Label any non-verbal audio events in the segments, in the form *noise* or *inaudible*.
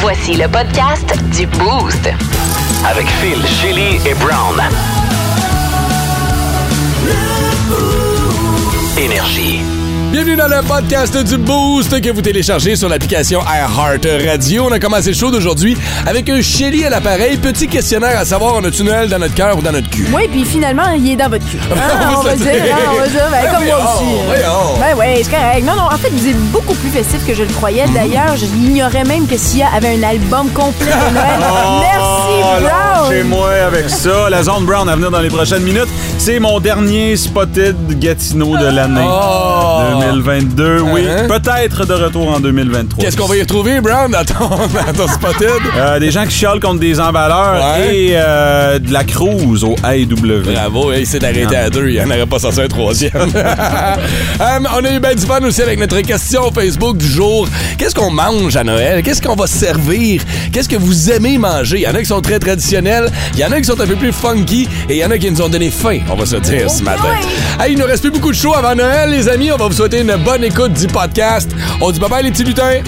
Voici le podcast du Boost. Avec Phil, Chili et Brown. Énergie. Bienvenue dans le podcast du Boost que vous téléchargez sur l'application iHeart Radio. On a commencé le show d'aujourd'hui avec un chéli à l'appareil. Petit questionnaire à savoir, on a-tu Noël dans notre cœur ou dans notre cul? Oui, puis finalement, il est dans votre cul. *laughs* Hein, on va se dire, dire. hein, on va dire, ben, Ah Ben comme moi voyons, aussi. voyons. Ben ouais, c'est correct. Non, non, en fait, vous êtes beaucoup plus festif que je le croyais. Mhm. D'ailleurs, je l'ignorais même que Sia avait un album complet de *laughs* Noël. Oh, Ah, Merci, Brown! Chez moi avec ça. La zone Brown à venir dans les prochaines minutes. C'est mon dernier spotted Gatineau de l'année. Oh! 2022, oui. Hein? Peut-être de retour en 2023. Qu'est-ce qu'on va y retrouver, Brown, dans ton, *laughs* dans ton spotted? Euh, des gens qui chiolent contre des envaleurs Ouais. et euh, de la cruise au E AEW. Bravo, hein, il s'est arrêté à deux, il n'y en aurait pas censé un *laughs* troisième. Hum, on a eu ben du fun aussi avec notre question Facebook du jour. Qu'est-ce qu'on mange à Noël? Qu'est-ce qu'on va servir? Qu'est-ce que vous aimez manger? Il y en a qui sont très traditionnels, il y en a qui sont un peu plus funky et il y en a qui nous ont donné faim, on va se dire ce matin. Hey, il nous reste plus beaucoup de show avant Noël, les amis. On va vous souhaiter une bonne écoute du podcast. On dit bye-bye les petits lutins!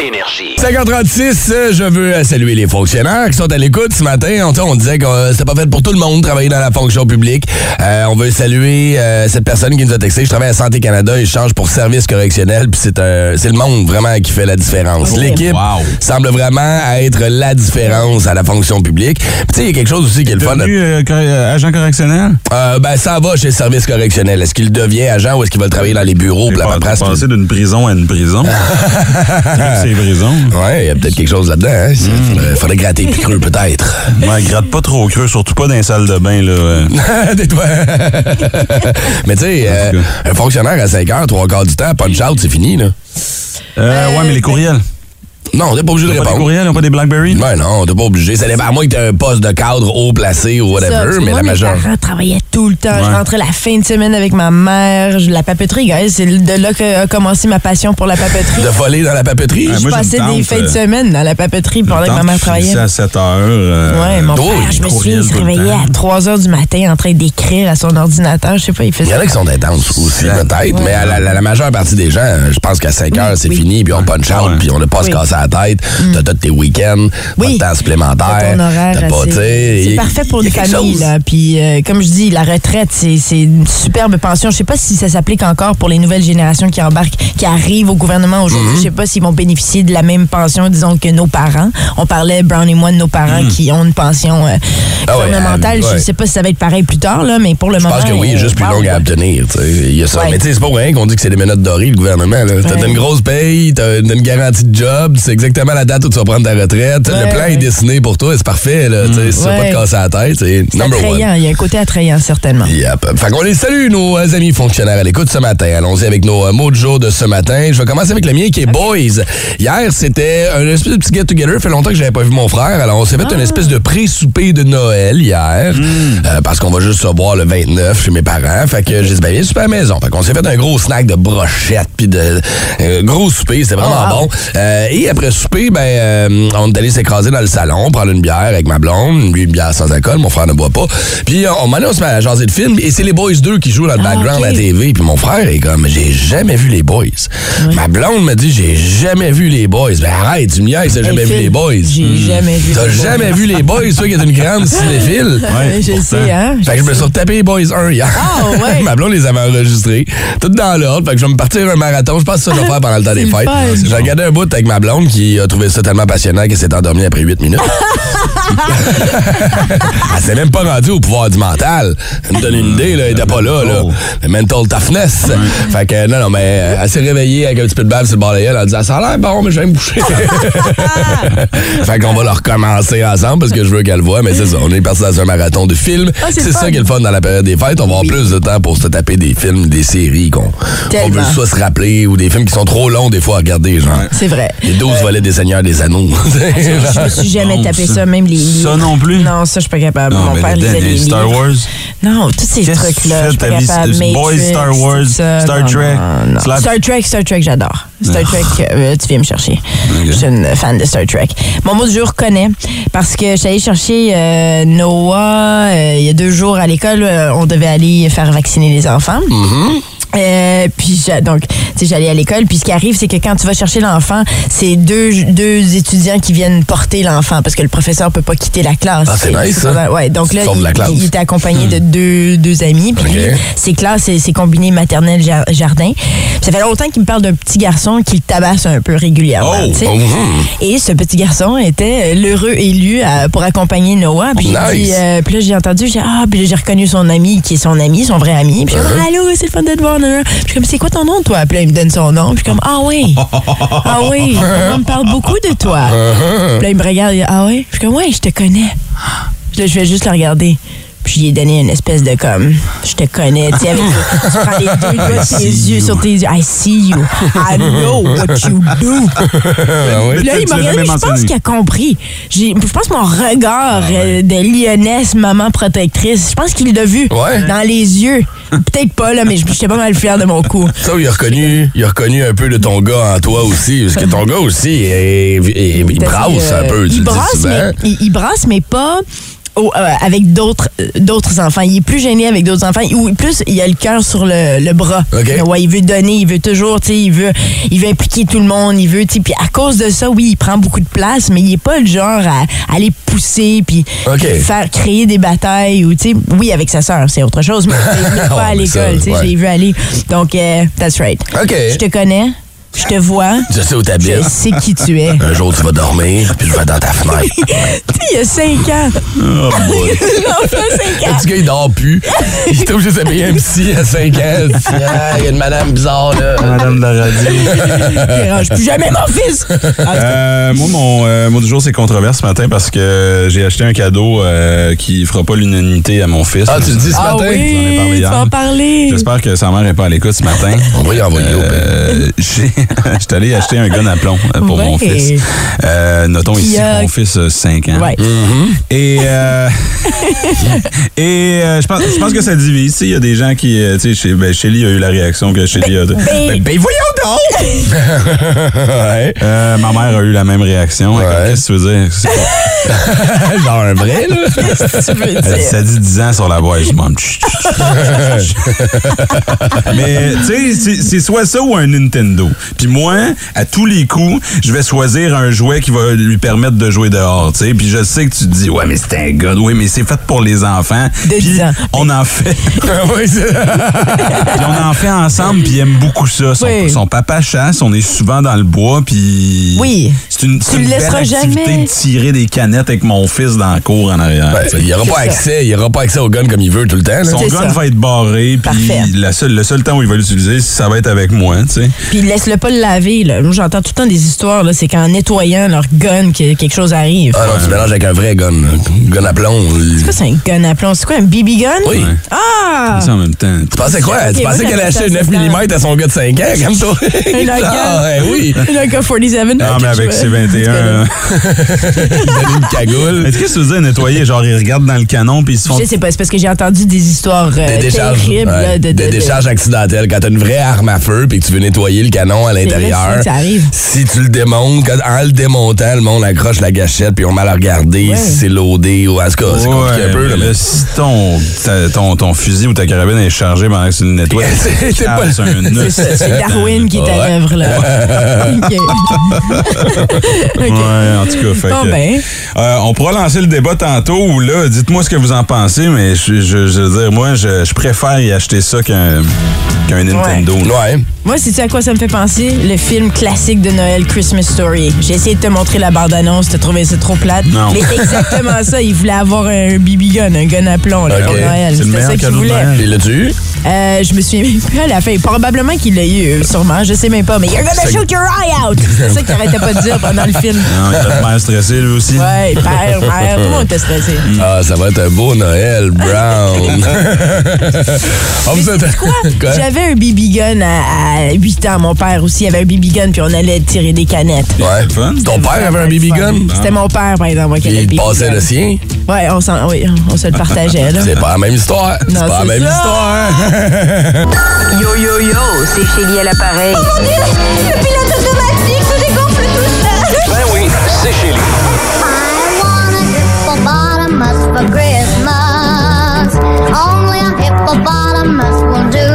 Énergie. 536, euh, je veux euh, saluer les fonctionnaires qui sont à l'écoute ce matin. On, on disait que euh, c'était pas fait pour tout le monde travailler dans la fonction publique. Euh, on veut saluer euh, cette personne qui nous a texté. Je travaille à Santé Canada et je change pour service correctionnel. Puis c'est un- c'est le monde vraiment qui fait la différence. L'équipe Oh, Wow. semble vraiment être la différence à la fonction publique. Puis tu sais, il y a quelque chose aussi qui est le fun. Devenu, euh, cor- euh, agent correctionnel? Euh, ben ça va chez le service correctionnel. Est-ce qu'il devient agent ou est-ce qu'il va le travailler dans les bureaux pour la Pas- paperasse? passer d'une prison à *laughs* une prison. C'est prison. Ouais, il y a peut-être quelque chose là-dedans. Hein? Mm. Faudrait, faudrait gratter plus creux peut-être. Ouais, gratte pas trop creux, surtout pas dans les salles de bain. Là. euh. *laughs* *laughs* Tais-toi. mais tu sais, euh, tout cas. un fonctionnaire à 5 heures, 3 quarts du temps, punch out, c'est fini, là. Euh, ouais, mais les courriels. Non, on n'est pas obligé de Pas des répondre. courriels, pas des Blackberry? Ben non, t'es pas obligé. Ça dépend, à moins que t'aies un poste de cadre haut placé ou Ça, parce whatever, que mais moi, la mes majeure. parents travaillaient tout le temps. Je Ouais. rentrais la fin de semaine avec ma mère. Je- La papeterie, guys, c'est de là que a commencé ma passion pour la papeterie. De voler dans la papeterie? Ouais, je moi, j'ai une passais des tante, fins de euh, semaine à la papeterie pendant que ma mère travaillait. C'est à 7 heures. euh, Ouais, mon drôle, père, je me courriel suis tout le réveillé temps. à 3 heures du matin en train d'écrire à son ordinateur. Je sais pas, il Il y faisait. en a qui sont intenses aussi, peut-être, mais à la, la- la majeure partie des gens, euh, je pense qu'à 5 heures, c'est fini, puis on punch out, Ouais. puis on n'a pas à se Oui. Mm. casser la tête. T'as tous tes week-ends, pas de Oui. temps supplémentaire. T'as ton horaire, t'as pas, c'est- tu sais, C'est y- parfait pour y a une quelque famille. chose. Là. Puis, euh, comme je dis, la retraite, c'est c'est une superbe pension. Je sais pas si ça s'applique encore pour les nouvelles générations qui embarquent, qui arrivent au gouvernement Mm-hmm. aujourd'hui. Je sais pas s'ils vont bénéficier de la même pension, disons, que nos parents. On parlait, Brown et moi, de nos parents qui ont une pension euh, Mm-hmm. Ah ouais, gouvernementale. euh, ouais. Je sais pas si ça va être pareil plus tard, là, mais pour le Je moment. pense que oui, euh, juste plus wow, longue à quoi. obtenir. tu sais. Il y a ça. Ouais. Mais tu sais, c'est pas pour rien qu'on dit que c'est des menottes dorées, le gouvernement. là. T'as Ouais. une grosse paye, t'as une garantie de job, c'est exactement la date où tu vas prendre ta retraite. le Ouais, plan est ouais. dessiné pour toi, c'est parfait. Là, Tu sais, Si tu vas pas te Ouais. casser la tête, c'est C'est number attrayant. one. Il y a un côté attrayant, certainement. Yep. Fait qu'on les salue, nos euh, amis fonctionnaires à l'écoute ce matin. Allons-y avec nos euh, mots de jour de ce matin. Je vais commencer avec le mien qui est Boys. Hier, c'était un espèce de petit get-together. fait longtemps que j'avais pas vu mon frère. Alors, on s'est fait une Ah. espèce de pré-souper de Noël hier. Hmm. Euh, parce qu'on va juste se voir le 29 chez mes parents. Fait que j'ai dit, ben, viens super à la maison. Fait qu'on s'est fait un gros snack de brochettes puis de euh, gros souper. C'était vraiment Oh, wow. bon. Euh, et après souper, ben, euh, on est allé s'écraser dans le salon, prendre une bière avec ma blonde, lui une bière sans alcool, mon frère ne boit pas. Puis euh, on m'a on se met à jaser de film, et c'est les Boys 2 qui jouent dans le Ah, background ok. à la TV. Puis mon frère est comme, j'ai jamais vu les Boys. Ma blonde me dit, j'ai jamais vu les Boys. Ben arrête, tu me niaises, t'as jamais Hey, vu Phil, les Boys. Hmm. J'ai jamais vu T'as les boys. jamais vu les Boys, toi qui es une grande cinéphile. *laughs* Ouais, je pourtant. sais, hein? Fait que je me suis retapé les Boys 1 hier. Ah, *laughs* ouais. Ma blonde les avait enregistrés. Tout dans l'ordre. Fait que je vais me partir un marathon. Je pense que ça, je vais faire pendant le temps des C'est fêtes. le fun. J'ai regardé un bout avec ma blonde qui a trouvé ça tellement passionnant qu'elle s'est endormie après 8 minutes. elle s'est Ah, même pas rendue au pouvoir du mental. Elle me donne une idée, là. Elle était pas là, là. Le mental toughness. Fait que, non, non, mais euh, elle s'est réveillée avec un petit peu de bave sur le bord de la gueule en disant, ça a l'air bon, mais je vais me boucher. fait qu'on va le recommencer ensemble parce que je veux qu'elle le voie. Mais c'est ça, on est parti dans un marathon de films. Ah, c'est c'est le ça fun. qui est le fun dans la période des fêtes. On va avoir plus de temps pour se taper des films, des séries qu'on on veut Tellement. soit se rappeler ou des films qui sont trop longs des fois à regarder, genre. C'est *laughs* vrai. Les 12 volets des Seigneurs des Anneaux. *laughs* Ah, Je me suis jamais Non, tapé ça- ça, même les livres. ça non plus? Non, ça, je suis pas capable. Non, Mon mais père les- lisait les les Star livres. Wars. Non, tous ces Qu'est-ce que tu trucs-là, fais je suis de pas ta vie? capable. C'est- Boys, Matrix, Star Wars, tout ça. Star Non, Trek, Ah. non, non. Slap. Star Trek, Star Trek, j'adore. Star Trek, euh, tu viens me chercher. Je suis une fan de Star Trek. Mon mot du jour connaît parce que je suis allée chercher euh, Mm-hmm. Noah euh, il y a deux jours à l'école. euh, on devait aller faire vacciner les enfants. Euh, puis j'a- donc, tu sais, j'allais à l'école. Puis ce qui arrive, c'est que quand tu vas chercher l'enfant, c'est deux, deux étudiants qui viennent porter l'enfant parce que le professeur peut pas quitter la classe. Ah, c'est nice, c'est ça. vraiment- Ouais, donc Tu là, sors de il, la classe. il était accompagné de deux, deux amis. Puis Ok. lui, ses classes, c'est c'est combiné maternelle jar- jardin. Puis ça fait longtemps qu'il me parle d'un petit garçon qu'il tabasse un peu régulièrement. Oh! tu sais. Mhm. Et ce petit garçon était euh, l'heureux élu à- pour accompagner Noah. Puis, j'ai Nice. dit, euh, puis là, j'ai entendu, j'ai, ah, puis là, j'ai reconnu son ami, qui est son ami, son vrai ami. Puis je suis comme, allô, c'est le fun de te voir. nanana. Puis je suis comme, c'est quoi ton nom, toi? Puis là, il me donne son nom. Puis je suis comme, ah oui, ah oui, on me parle beaucoup de toi. Puis là, il me regarde, il dit, ah oui? Puis je suis comme, ouais, je te connais. Puis là, je vais juste le regarder. Puis je lui ai donné une espèce de comme, je te connais, tu sais, avec tu prends les deux doigts de tes yeux sur tes yeux. I see you. I know what you do. Ah Puis là, il m'a regardé, mais je pense qu'il a compris. J'ai- Je pense que mon regard euh, de lyonnaise, maman protectrice, je pense qu'il l'a vu Ouais. dans les yeux. Peut-être pas, là, mais je- j'étais pas mal fier de mon coup. Ça, il a reconnu, il a reconnu un peu de ton gars en toi aussi, parce que ton gars aussi, est- est- il brasse Parce que, un euh, peu, tu Il le dis brasse, souvent. mais, il, il brasse, mais pas au- euh, avec d'autres euh, d'autres enfants. Il est plus gêné avec d'autres enfants. Ou plus, il a le cœur sur le, le bras. OK. Ouais, il veut donner, il veut toujours, tu sais, il veut, il veut impliquer tout le monde, il veut, tu sais. Puis à cause de ça, oui, il prend beaucoup de place, mais il est pas le genre à, à aller pousser puis OK. faire créer des batailles ou, tu sais, oui, avec sa sœur, c'est autre chose, mais il *laughs* est pas à Ouais, mais ça, l'école, tu sais, ouais. je l'ai vu aller. Donc, euh, that's right. OK. Je te connais, je te vois, Je sais où je t'habites. sais qui tu es. Un jour, tu vas dormir, puis je vais dans ta *laughs* fenêtre. Tu sais, il y a 5 ans. Oh, *laughs* L'enfant, 5 Le ans. petit gars, il dort plus. Il est obligé de s'habiller un psy à 5 ans. Il dit, Ah, il y a une madame bizarre, là. Ah, Madame de la *laughs* radio. Je plus jamais mon fils. Euh, moi, mon euh, mot du jour, c'est controverse ce matin parce que j'ai acheté un cadeau euh, qui fera pas l'unanimité à mon fils. Ah, tu le dis ce Ah matin? ai parlé oui, tu hier. vas en parler. J'espère que sa mère n'est pas à l'écoute *laughs* ce matin. On va y envoyer au pire. Euh, j'ai- *laughs* J'étais allé acheter un gun à plomb euh, pour mon Ouais. fils. Euh, notons Qui ici que a- mon fils a 5 ans. Ouais. Et, *laughs* euh, et euh, je, pense, je pense que ça divise. tu sais, Il y a des gens qui. euh, tu sais, chez, ben, Shelly a eu la réaction que Shelly a. Ben, Ben voyons donc! ouais. Euh, ma mère a eu la même réaction. Elle est comme, Ouais. Qu'est-ce que tu veux dire? C'est pas- Genre un vrai, là. *laughs* qu'est-ce que *laughs* tu veux Elle dit, dire? ça dit 10 ans sur la boîte. *laughs* Je m'en *laughs* Chut, chut, chut, chut, chut. Mais tu sais, c'est- c'est soit ça ou un Nintendo. Puis moi, à tous les coups, je vais choisir un jouet qui va lui permettre de jouer dehors. tu sais. Puis je sais que tu te dis, ouais, mais c'est un god. Oui, mais c'est fait pour les enfants. De Puis 10 ans. on en fait. *laughs* Ouais, c'est- Puis on en fait ensemble, puis il aime beaucoup ça. Son, Oui. son papa chasse, on est souvent dans le bois, puis. Oui. C'est une, c'est le une belle laisseras activité jamais. de tirer des canettes avec mon fils dans la cour en arrière. Ben, tu sais. il aura pas C'est ça. accès, il aura pas accès au gun comme il veut tout le temps. là. Son C'est gun ça. va être barré, Parfait. puis la seule- le seul temps où il va l'utiliser, ça va être avec moi, tu sais. Puis laisse-le pas le laver. Là. Moi, j'entends tout le temps des histoires. là, C'est qu'en nettoyant leur gun que quelque chose arrive. Ah non, tu mélanges avec un vrai gun. là. Gun à plomb. C'est quoi, c'est un gun à plomb? C'est quoi, un BB gun? Oui. Ah! Ça en même temps. Tu pensais quoi? Ok, tu moi, pensais ça qu'elle fait achetait ça, 9 c'est mm à son gars de 5 ans, comme toi? *laughs* Un gun. ah, ouais, *laughs* oui. Un gun 47. Non, Ah, mais avec ses 21. Il donne une cagoule. hein. Est-ce que ça veut dire nettoyer? Genre, ils regardent dans le canon, puis ils se font. Je sais pas, c'est parce que j'ai entendu des histoires euh, Des décharges, terribles. ouais, là, de- des de- de- décharges accidentelles. Quand t'as une vraie arme à feu puis que tu veux nettoyer le canon à vrai, c'est vrai l'intérieur, que ça arrive. si tu le démontes, quand- en le démontant, le monde accroche la gâchette puis on mal à regarder Ouais. si c'est loadé ou en tout cas, c'est compliqué un peu. là, mais mais- là, si ton, ta- ton, ton fusil ou ta carabine est chargée pendant que tu le nettoies, *laughs* C'est- c'est ah, pas- c'est un nœud. C'est ça, c'est Darwin qui est à Ouais. l'œuvre, *laughs* là. OK. OK. Ouais, en tout cas, fait Bon, que- ben. Euh, on pourra lancer le débat tantôt ou là, dites-moi ce que vous en pensez, mais je, je- je veux dire, moi, je, je préfère y acheter ça qu'un qu'un Nintendo. Ouais. Moi, sais-tu à quoi ça me fait penser? Le film classique de Noël, Christmas Story. J'ai essayé de te montrer la bande-annonce, t'as trouvé ça trop plate. Non. Mais c'est exactement ça. Il voulait avoir un BB gun, un gun à plomb, là, Ok. pour Noël. C'est le C'était meilleur ça qu'il cadeau de voulait. Noël. Et l'as-tu eu? Euh, je me suis mis à la fin. Probablement qu'il l'a eu, euh, sûrement. Je sais même pas. Mais you're gonna shoot your eye out! C'est ça qu'il arrêtait pas de dire pendant le *laughs* film. Non, Hein, il va te faire stresser lui aussi. Ouais, père, mère, tout le monde était stressé. Mm. Ah, ça va être un beau Noël, *laughs* Brown. *laughs* On vous souhaite- *laughs* Quoi? J'avais un BB gun à, à 8 ans. Mon père aussi avait un BB gun, puis on allait tirer des canettes. Ouais. Fun. Ton père avait un BB gun? C'était mon père, par exemple, moi, qui Puis avait le il BB passait gun. le sien? Ouais, on, s'en- oui, on se le partageait, là. *laughs* C'est pas la même histoire. C'est Non, pas la c'est même ça. histoire. Yo yo yo, c'est Chélie à l'appareil. Le pilote automatique se dégonfle tout seul. Ben oui, c'est Chélie. I want a hippopotamus for Christmas. Only a hippopotamus will do.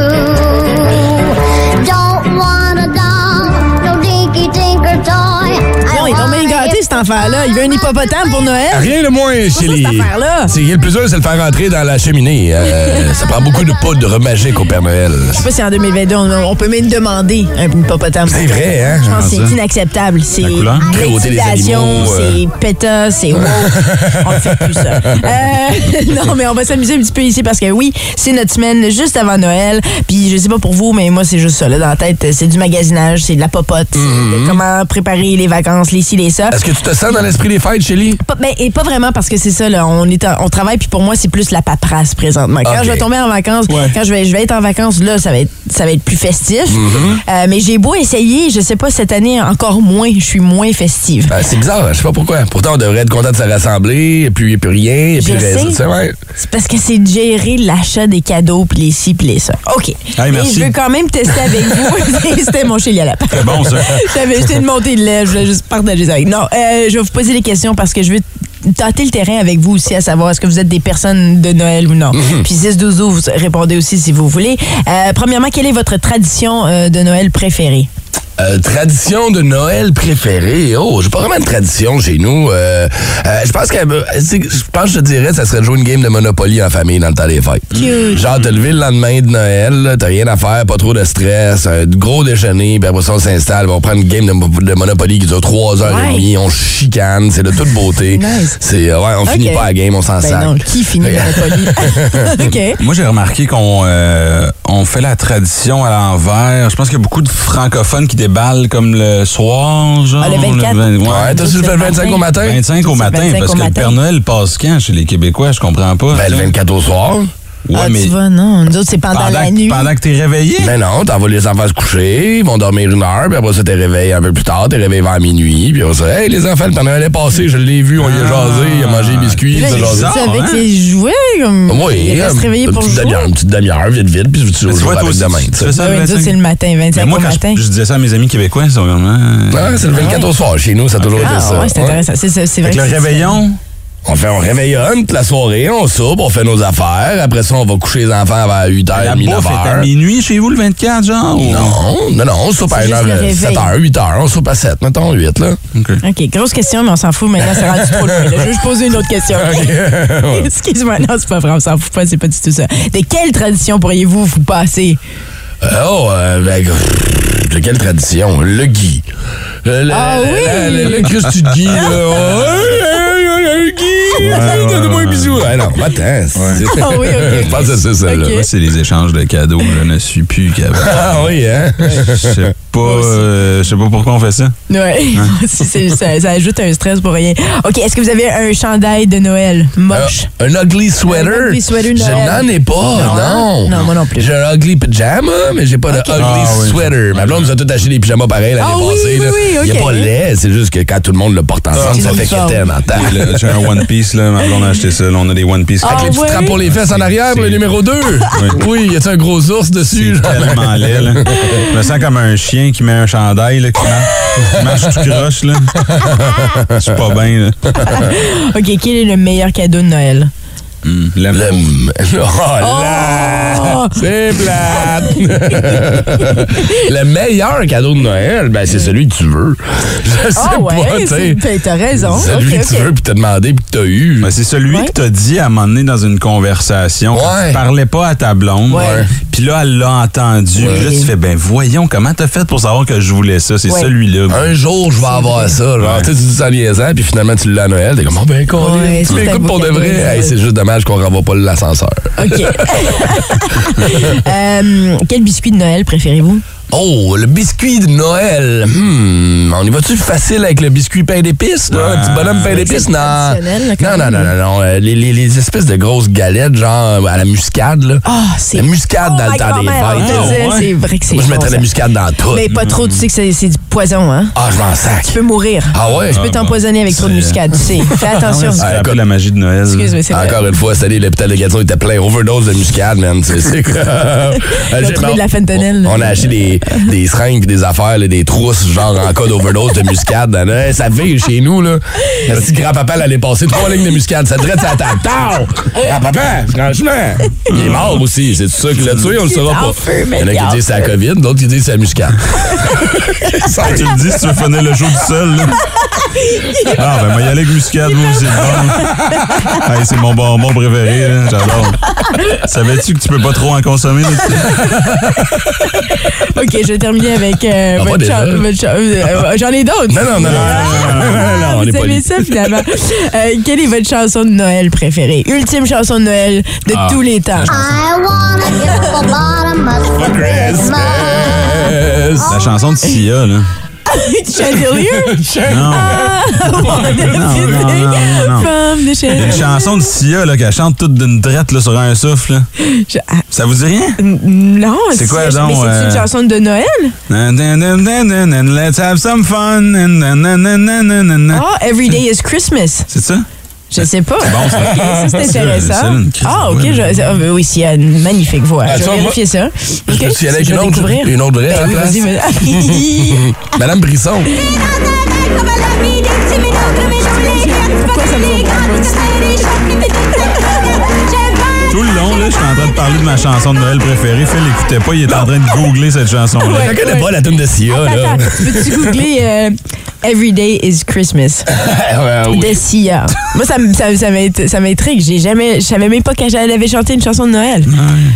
enfant-là. Il veut un hippopotame pour Noël. Rien de moins, ça, Chili. cette affaire-là. C'est le plus dur, c'est de le faire rentrer dans la cheminée. *laughs* Euh, ça prend beaucoup de poudre magique au Père Noël. Je sais pas si en 2022, on, on peut même demander un hippopotame. C'est vrai, hein? Je pense que Comment c'est ça? inacceptable. C'est La couleur? Cruauté des l'intimidation, animaux, euh. c'est péta, c'est wow. On le fait plus, ça. Euh, *laughs* non, mais on va s'amuser un petit peu ici parce que oui, c'est notre semaine juste avant Noël. Puis je sais pas pour vous, mais moi, c'est juste ça, là, dans la tête. C'est du magasinage, c'est de la popote. c'est Mhm. de Comment préparer les vacances, les ci, les ça. Est-ce que tu te sens dans l'esprit des fêtes, Chili? Pas- ben, et pas vraiment parce que c'est ça, là, on, est en- on travaille, puis pour moi, c'est plus la paperasse présentement. Quand Ok. je vais tomber en vacances, Ouais. quand je vais, je vais être en vacances, là, ça va être, ça va être plus festif. Mm-hmm. Euh, mais j'ai beau essayer, je sais pas, cette année, encore moins, je suis moins festive. Ben, c'est bizarre, hein, je sais pas pourquoi. Pourtant, on devrait être content de se rassembler, et puis il n'y a plus rien, et puis Je le reste, sais. tu sais, ouais. C'est parce que c'est de gérer l'achat des cadeaux, puis les ci, puis les ça. OK. Hey, Mais merci. je veux quand même tester avec vous. *laughs* C'était mon chéli à la C'est bon, ça. *laughs* J'avais jeté une montée de lait, je voulais juste partager ça avec. Non, euh, je vais vous poser des questions parce que je veux tâter le terrain avec vous aussi à savoir est-ce que vous êtes des personnes de Noël ou non. Mhm. Puis 6 12 vous répondez aussi si vous voulez. Euh, premièrement, quelle est votre tradition euh, de Noël préférée Euh, tradition de Noël préférée. Oh, j'ai pas vraiment de tradition chez nous. Euh, euh, je pense que euh, c'est- je pense que je te dirais ça serait de jouer une game de Monopoly en famille dans le temps des fêtes. Cute. Genre te lever le lendemain de Noël, là, t'as rien à faire, pas trop de stress, un gros déjeuner, puis après ça on s'installe, puis on prend une game de, mo- de Monopoly qui dure 3 heures Ouais. et demie, on chicane, c'est de toute beauté. *laughs* Nice. C'est euh, ouais, on finit Ok. pas la game, on s'en Ben sale. non, qui finit *laughs* Monopoly? *laughs* OK. *laughs* Moi, j'ai remarqué qu'on euh, on fait la tradition à l'envers. Je pense qu'il y a beaucoup de francophones qui déballent comme le soir, genre. Ah, le 24. vingt- ouais. Ouais, t'as su le C'est le 25 au matin? 25 au C'est matin, 25 parce au que le matin. Père Noël passe quand chez les Québécois? Je comprends pas. Ben, le 24 au soir. Ouais, ah, mais tu vois, non. Nous autres, c'est pendant, pendant, la que- nuit. pendant que t'es réveillé? Ben non, t'envoies les enfants se coucher, ils vont dormir une heure, puis après ça, t'es réveillé un peu plus tard, t'es réveillé vers minuit, puis on se dit, hey, les enfants, le Père Noël est passé, je l'ai vu, on y a Ah. jasé, il a mangé des biscuits, il Puis là, a il jasé. bizarre, joue avec hein? les jouets. Comme... Oui, il reste euh, réveillé une pour petite jouer. demi-heure, une petite demi-heure, vite, vite, puis tu Mais joues tu vois, toi avec aussi, demain. tu- tu tu sais. fais ça Ah oui, le nous autres, 25? c'est le matin, 25 Mais moi, au quand matin. je, je disais ça à mes amis québécois, ils sont vraiment... euh, Ouais, c'est le 24 au soir chez nous, ça a toujours été Ah, ça. ouais, c'est Ouais. intéressant. C'est- C'est c'est vrai. Avec le que c'est- réveillon, On fait, on réveillonne toute la soirée, on soupe, on fait nos affaires, après ça, on va coucher les enfants vers 8h, la bouffe est à 9h. minuit chez vous le 24, genre? ou- Non, non, non, on soupe à C'est juste le réveil. 7h, 8h, on soupe à 7, mettons 8, là. *laughs* OK. OK, grosse question, mais on s'en fout. Maintenant, c'est rendu trop loin. là. Je veux juste poser une autre question. *laughs* Excuse-moi, non, c'est pas vrai, on s'en fout pas, c'est pas du tout ça. De quelle tradition pourriez-vous vous *laughs* passer? Oh, euh, ben, grrr, de quelle tradition? Le Guy. Euh, le- Ah oui? Le, le, le Christy de Guy, *laughs* là. Oh, hey, hey, hey, hey, Guy! Attends, Donne-moi un bisou. Ah non, attends. c'est- Ah oui, *laughs* ok. Je pense que c'est celle-là. Ok. Moi, c'est les échanges de cadeaux. Je ne suis plus qu'avant. *laughs* Ah oui, hein? Je sais pas, euh, je sais pas pourquoi on fait ça. *laughs* Ouais, Hein? Si c'est- ça, ça ajoute un stress pour rien. OK, est-ce que vous avez un chandail de Noël moche? Euh, Un, un ugly sweater. Un ugly sweater je Noël. n'en ai pas, non. hein? Non, moi non plus. J'ai un ugly pyjama, mais j'ai pas de ugly Ah oui. sweater. Ma blonde nous a tout acheté des pyjamas pareils l'année Ah oui, passée. oui, là. oui, Il est ok. pas laid, c'est juste que quand tout le monde le porte ensemble, C'est ça fait uniforme. qu'éterne en temps. Et là, J'ai un One Piece, là. Ma blonde a acheté ça. Là, on a des One Piece. Ah, Avec les petites ouais? trappes pour les fesses en arrière, C'est- le numéro *laughs* 2. Oui, y a-tu un gros ours dessus? C'est genre? tellement laid, là. Je me sens comme un chien qui met un chandail, là, qui marche, qui marche tout croche, là. Je suis pas bien, là. Euh. OK, quel est le meilleur cadeau *laughs* de Noël? Hum, *laughs* la- Le... Oh là! Oh! C'est plate! *laughs* le meilleur cadeau de Noël, ben, c'est celui que tu veux. Je sais Ah pas, ouais, tu sais. c'est- ben, t'as raison. Celui OK, que tu OK. veux, puis t'as demandé, puis que t'as eu. Ben, c'est celui Ouais. que t'as dit à un moment donné dans une conversation. Ouais. Tu parlais pas à ta blonde. Ouais. Puis là, elle l'a entendu. Puis là, tu fais, ben voyons, comment t'as fait pour savoir que je voulais ça? C'est Ouais. celui-là. Un jour, je vais avoir ça. Genre, tu sais, tu dis ça en liaisant, puis finalement, tu l'as à Noël. T'es comme, oh, ben, con, Ouais, tu c'est un m'écoutes beau pour de cadeau, vrai. ça. Hey, c'est juste dommage qu'on renvoie pas l'ascenseur. OK. *laughs* Euh, quel biscuit de Noël préférez-vous? Oh, le biscuit de Noël. Hmm, on y va-tu facile avec le biscuit pain d'épices, là? Un petit bonhomme pain d'épices? Non. traditionnel, là, quand Non, non, même. non, non, non. Euh, Les, les- les espèces de grosses galettes, genre à la muscade, là. Ah, c'est... la muscade dans le temps des fêtes. là. faisait. ouais. C'est vrai que c'est Moi, je mettrais bon, la ça. muscade dans tout. Mais pas trop, tu sais que c'est c'est du poison, hein? Ah, je m'en sac. Tu peux mourir. Ah ouais? Tu peux t'empoisonner avec trop de C'est- muscade, tu sais. Fais attention. *laughs* C'est Ah, un peu la magie de Noël. Excuse-moi, c'est vrai. Encore une fois, cette année, l'hôpital de Gatineau était plein. Overdose de muscade, man. C'est- C'est quoi? *laughs* Ils ont trouvé de la fentanyl. On, on a acheté des, des seringues pis des affaires, là, des trousses, genre en cas d'overdose de muscade. Dans, Hey, ça vire chez nous, là. Le petit grand-papa l'allait passer trois lignes de muscade. Ça traite sa table. Tard! Grand-papa, franchement. Il est mort aussi. C'est ça qu'il l'a tué, on le saura pas. en feu, Il y en mais a il est qui en disent c'est la COVID, d'autres qui disent c'est la muscade. Tu le dis si tu veux finir le show du seul. là. Ah, ben, moi, y aller avec muscade, moi, c'est bon. Hey, c'est mon bonbon préféré, là. J'adore. Savais-tu que tu peux pas trop en consommer? là, tu- OK, je vais terminer avec euh, Ah, pas votre déjà. chum- votre chum- euh, J'en ai d'autres. Non, non, non, non, non, non, non, non, Ah, on est vous pas savez libre. ça finalement. Euh, quelle est votre chanson de Noël préférée? Ultime chanson de Noël de Ah. tous les temps. *laughs* I wanna get to the bottom of Yes. La chanson de Sia, là. Chandelier? Non. Ah, non, non, non, non. Femme de Il y a chandelier. Une chanson de Sia, là, qu'elle chante toute d'une traite, là, sur un souffle, là. Je- ah, Ça vous dit rien? Non, C'est quoi, mais donc, C'est euh, une chanson de *laughs* Noël? Nan, nan, nan, nan, nan, nan, Let's have some fun. nan, nan, nan, nan, nan, nan, nan, nan. Ah, Every Day is Christmas. C'est ça? Je sais pas. Bon, *laughs* ça. c'est C'est- c'est intéressant. une crise Ah, de ok. voix, je- ah, ben oui, s'il y a une magnifique voix. je Attends, vais moi- vérifier ça. Ok. me suis allé avec Je vais une autre- découvrir. une autre vraie, Ben à la oui, place. vas-y, vas-y. Madame Brisson. Pourquoi ça me fait Tout le long, là, je suis en train de parler de ma chanson de Noël préférée. Phil l'écoutait pas, il est en train de googler cette chanson-là. Je la connais pas, la tune de Sia, là. Ah, Attends, peux-tu googler euh, Every Day is Christmas *laughs* Ah, oui. de Sia? Moi, ça, me- ça, ça m'int- ça m'intrigue. J'ai jamais, je savais même pas quand elle avait chanté une chanson de Noël.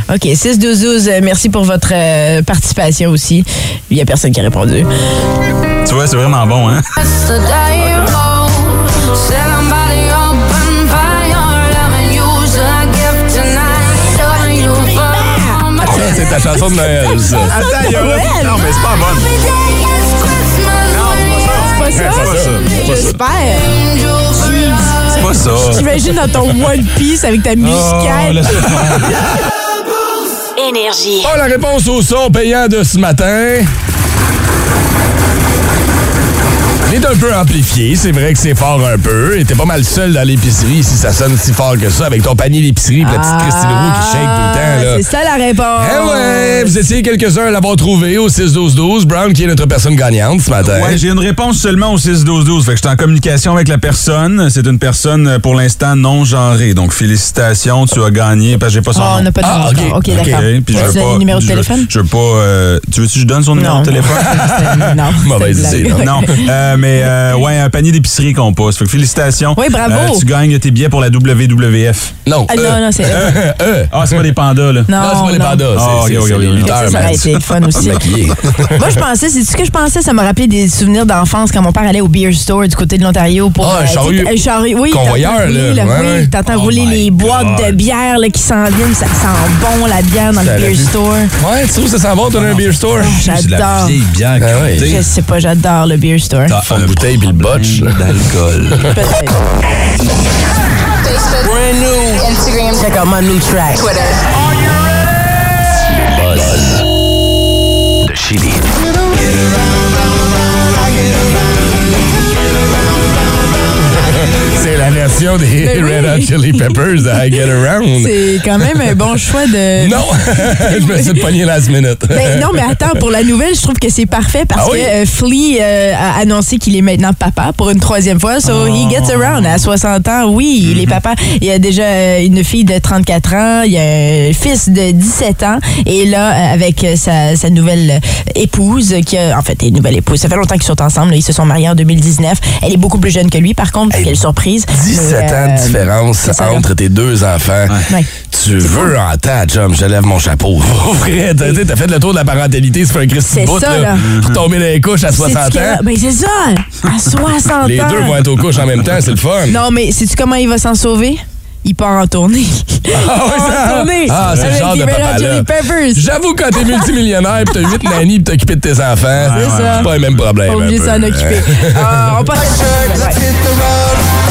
OK, 6 12 12 euh, merci pour votre euh, participation aussi. Il y a personne qui a répondu. Tu vois, c'est vraiment bon, hein? Ça, Ah, c'est ta chanson de Noël, ça. Attends, il y a Noël. Non, mais c'est pas bon. C'est pas ça? C'est pas ça. J'espère. C'est pas ça. J'imagine dans ton One Piece avec ta Oh, musicale. laisse-le faire. Énergie. Oh, la réponse au son payant de ce matin. Il est un peu amplifié, c'est vrai que c'est fort un peu. Et t'es pas mal seul dans l'épicerie si ça sonne si fort que ça, avec ton panier d'épicerie pis la petite Christine Roux qui shake tout le temps. Là. Ah, C'est ça la réponse. Eh ouais, vous essayez quelques-uns à l'avoir trouvé au 6-12-12. Brown qui est notre personne gagnante ce matin. Ouais, j'ai une réponse seulement au 6-12-12. Fait que je suis en communication avec la personne. C'est une personne euh, pour l'instant non genrée. Donc félicitations, tu as gagné. Parce que j'ai pas son Ah, on nom. n'a pas de Ah, numéro. ok. OK, d'accord. Ok, puis je veux Tu as pas- le numéro je de veux- téléphone? Je veux pas. euh, tu veux-tu que je donne son numéro de téléphone? *laughs* *laughs* c'est- non. Mauvaise c'est une idée, blague. Non, euh, mais euh, ouais, un panier d'épicerie qu'on passe. Fait que félicitations. Oui, bravo. Euh, tu gagnes tes billets pour la WWF. Non, Ah, euh, non, non, c'est. euh, Ah, c'est pas des pandas, là. non, c'est pas les pandas, Ah, c'est- ok, c'est ok, c'est ok. les *laughs* Fait que Ça, lutteurs, ça man. aurait été le fun aussi. Maquillés. Moi, je pensais, c'est ce que je pensais, ça m'a rappelé des souvenirs d'enfance quand mon père allait au beer store du côté de l'Ontario pour. Ah, un euh, charrue- t'sais, un charrue- oui, convoyeur, t'entends rouler, là, ouais, ouais. Oui, t'entends Oh rouler my les boîtes de bière là, qui s'en viennent, ça sent bon la bière dans Ça le l'a beer vu. store. Ouais, tu trouves que ça s'en va, t'as un beer store? C'est de la J'adore. vieille bière Ah ouais. crotée. Je sais pas, j'adore le beer store. *laughs* T'as Fond de bouteille puis le botch, là. d'alcool. Peut-être. Check out my new *laughs* track. de Chili. C'est la version des Ben oui. Red Hot Chili Peppers de I Get Around. C'est quand même un bon choix de. Non, *laughs* je me suis pogné last minute. Ben, *laughs* non, mais attends, pour la nouvelle, je trouve que c'est parfait parce Ah oui? que euh, Flea euh, a annoncé qu'il est maintenant papa pour une troisième fois. So he Ah. gets around à 60 ans. Oui, Mm-hmm. il est papa. Il a déjà euh, une fille de 34 ans, il a un fils de 17 ans. Et là, euh, avec euh, sa, sa nouvelle euh, épouse, qui a, en fait, est une nouvelle épouse. Ça fait longtemps qu'ils sont ensemble. là. Ils se sont mariés en 2019. Elle est beaucoup plus jeune que lui, par contre. Quelle surprise. 17 Mais, ans de euh, différence c'est ça, là. entre tes deux enfants. Ouais. Tu veux en temps, chum, je lève mon chapeau. *laughs* Pour vrai, t'as t'as fait le tour de la parentalité, ça fait un Christy C'est bout, ça, là. Retomber dans les couches à Sais-tu 60 ans. que- Ben, c'est ça! À 60 Les ans! deux vont être aux couches en même temps, c'est le fun. Non, mais sais-tu comment il va s'en sauver? Il part en tournée. *laughs* Ah, oui, Il part ça- Ah, en tournée. c'est le Avec genre de les Red Hot papa-là. Chili Peppers. J'avoue, quand t'es multimillionnaire pis t'as 8 nannies pis t'occupes de tes enfants, C'est ça. pas le même problème. Pas un obligé de peu. s'en occuper. *laughs* Ah, on passe. Ouais.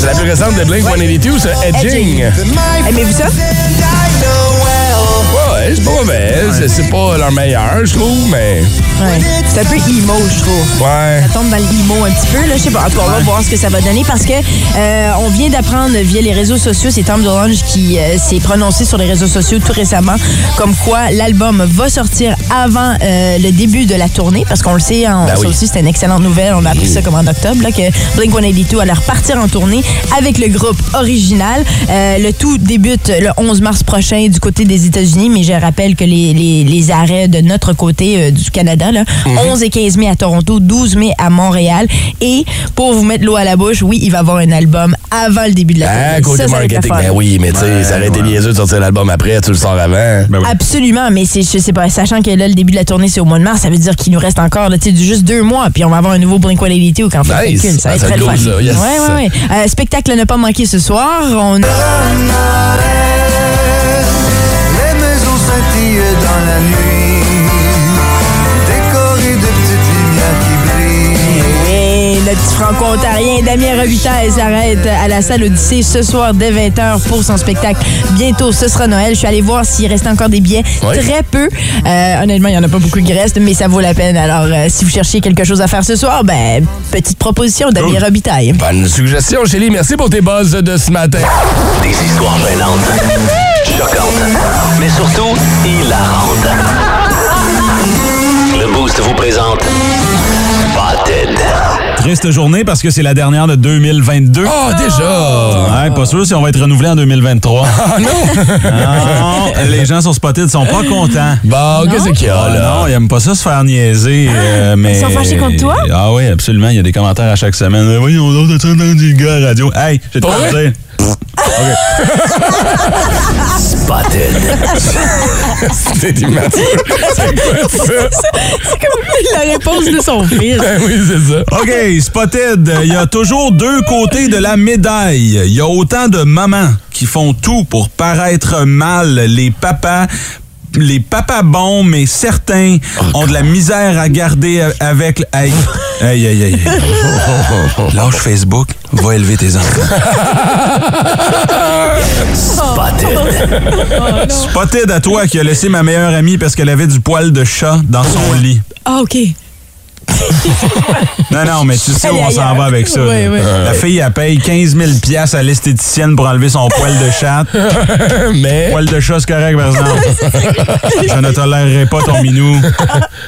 C'est La plus récente de Blink 182, c'est Edging. Aimez-vous ça? Ouais, c'est pas mauvais. c'est- C'est pas leur meilleur, je trouve, mais. Ouais. C'est un peu emo, je trouve. Ouais. Ça tombe dans l'IMO un petit peu. Là, je sais pas. En tout cas, on va voir ce que ça va donner parce que euh, on vient d'apprendre via les réseaux sociaux, c'est Tom Dolange qui euh, s'est prononcé sur les réseaux sociaux tout récemment, comme quoi l'album va sortir avant euh, le début de la tournée, parce qu'on le sait, hein, Ben ça oui. aussi c'est une excellente nouvelle. On a appris ça comme en octobre, là, que Blink 182 allait repartir en tournée avec le groupe original. Euh, le tout débute le 11 mars prochain du côté des États-Unis, mais j'ai rappelle que les, les- les arrêts de notre côté euh, du Canada, là, Mhm. 11 et 15 mai à Toronto, 12 mai à Montréal. Et pour vous mettre l'eau à la bouche, oui, il va y avoir un album avant le début de la Hein, tournée. côté Ça, ça va être la marketing, fun. ben oui, mais tu sais, Ouais, ça aurait été ouais. niaiseux de sortir l'album après, tu le sors avant. Ben oui. Absolument, mais c'est, je sais pas, sachant que là, le début de la tournée, c'est au mois de mars, ça veut dire qu'il nous reste encore, là, tu sais, juste deux mois, puis on va avoir un nouveau Blink 182 quand on fait Nice. le calcul. Ça va Ah, être ça très le fun. close, là. Yes. Ouais, ouais, ouais. Euh, spectacle à ne pas manquer ce soir. On Les maisons scintillent dans la nuit, décorées de petites lumières qui brillent. Et le petit franco-ontarien Damien Robitaille s'arrête à la salle Odyssée ce soir dès 20h pour son spectacle. Bientôt, ce sera Noël. Je suis allée voir s'il restait encore des billets. Oui. Très peu. Euh, honnêtement, il n'y en a pas beaucoup qui restent, mais ça vaut la peine. Alors, euh, si vous cherchez quelque chose à faire ce soir, ben, petite proposition, Damien Cool. Robitaille. Bonne suggestion, Chélie. Merci pour tes buzz de ce matin. Des histoires gênantes, choquantes, mais surtout hilarantes. Le Boost vous présente Spotted. Triste journée parce que c'est la dernière de 2022. Oh, déjà! Ouais, pas sûr si on va être renouvelé en 2023. Ah non! non, les gens sur Spotted sont pas contents. Bon, qu'est-ce qu'il y a, Ah là? non, ils aiment pas ça se faire niaiser. euh, mais... Ah, sont fâchés contre toi? Ah oui, absolument. Il y a des commentaires à chaque semaine. Euh, Voyons, on a entendu le gars à la radio. Hey, je vais te Pour faire vrai? dire. Spotted. *laughs* C'est immature. C'est comme la réponse de son fils. Ben oui, c'est ça. OK, Spotted, il y a toujours deux côtés de la médaille. Il y a autant de mamans qui font tout pour paraître mal, les papas. Les papas bons, mais certains ont de la misère à garder a- avec... Aïe, aïe, aïe, aïe. Lâche Facebook, va élever tes enfants. Spotted à toi qui a laissé ma meilleure amie parce qu'elle avait du poil de chat dans son lit. Ah, OK. Non, non, mais tu sais où Allez, on s'en ailleurs. va avec ça. là. Oui, oui. La fille, elle paye 15 000 piastres à l'esthéticienne pour enlever son poil de chat. Mais. poil de chat, c'est correct, par exemple. Je ne tolérerai pas ton minou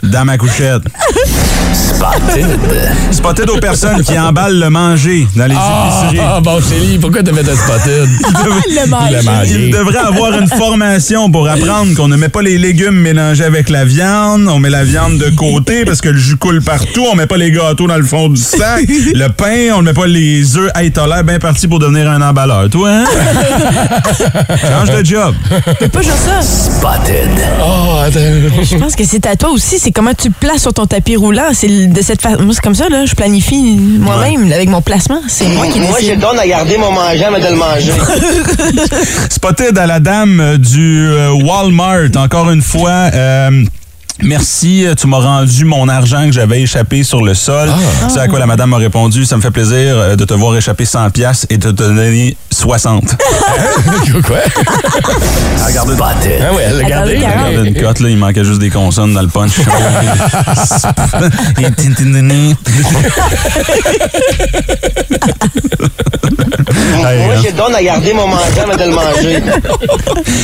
dans ma couchette. Spotted. Spotted aux personnes qui emballent le manger dans les Ah, épiceries. ah, bon, Chélie, pourquoi t'as fait un spotted? *laughs* Ah, Le manger. Le manger. Il devrait avoir une formation pour apprendre qu'on ne met pas les légumes mélangés avec la viande, on met la viande de côté parce que le jus coule partout, on met pas les gâteaux dans le fond du sac, le pain, on ne met pas les œufs. Hey, t'as l'air bien parti pour devenir un emballeur, toi, hein? Change de job. C'est pas juste ça. Spotted. Oh, attends. Je pense que c'est à toi aussi. C'est comment tu places sur ton tapis roulant. C'est le- de cette façon. Moi, c'est comme ça, là. Je planifie moi-même avec mon placement. C'est moi qui Moi, je décide. donne à garder mon mangeant, mais de *laughs* le manger. Spotted à la dame euh, du euh, Walmart, encore une fois. euh, Merci, euh, tu m'as rendu mon argent que j'avais échappé sur le sol. C'est à quoi la madame m'a répondu, ça me fait plaisir euh, de te voir échapper 100 pièces et de te donner 60. Quoi? Spotted. *laughs* Ah ouais, regardez. Attendez, Carole. Regarde une cote, là, il manquait juste des consonnes dans le *laughs* punch. Moi, je donne à garder mon mangeant, mais de le manger.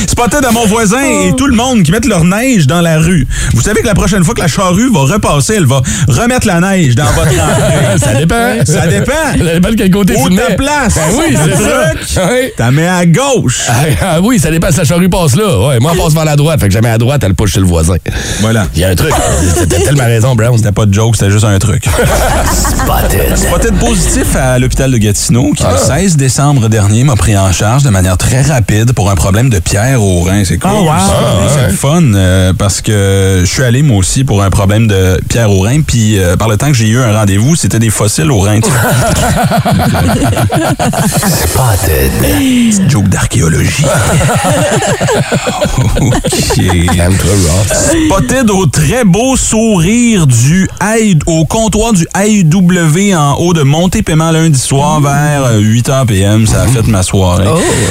Spotted à mon voisin et tout le monde qui mettent leur neige dans la rue. Vous savez que la prochaine fois que la charrue va repasser, elle va remettre la neige dans *laughs* votre entrée. Ça dépend. Ça dépend. Ça dépend de quel côté Où tu ta mets. place? Ben oui, Le c'est ça. truc, Oui. T'as mets à gauche. Ah, *laughs* ah oui, ça dépend si la charrue passe là. Ouais, moi, on passe vers la droite. Fait que jamais à droite, elle pousse chez le voisin. Voilà. Il y a un truc. T'as tellement raison, Brown. C'était pas de joke, c'était juste un *laughs* truc. Ah, Spotted. Peut-être positif à l'hôpital de Gatineau qui, le 16 décembre dernier, m'a pris en charge de manière très rapide pour un problème de pierre au rein. C'est Ah, cool. ça. C'est le fun euh, parce que je suis allé, moi aussi, pour un problème de pierre au rein. Puis, euh, par le temps que j'ai eu un rendez-vous, c'était des fossiles au rein. tu *laughs* sais. Spotted. Petite joke d'archéologie. OK. Calme toi, Ross. Spotted au très beau sourire du I- au comptoir du AIW en haut de montée paiement lundi soir vers euh, 8h PM. Ça a fait ma soirée.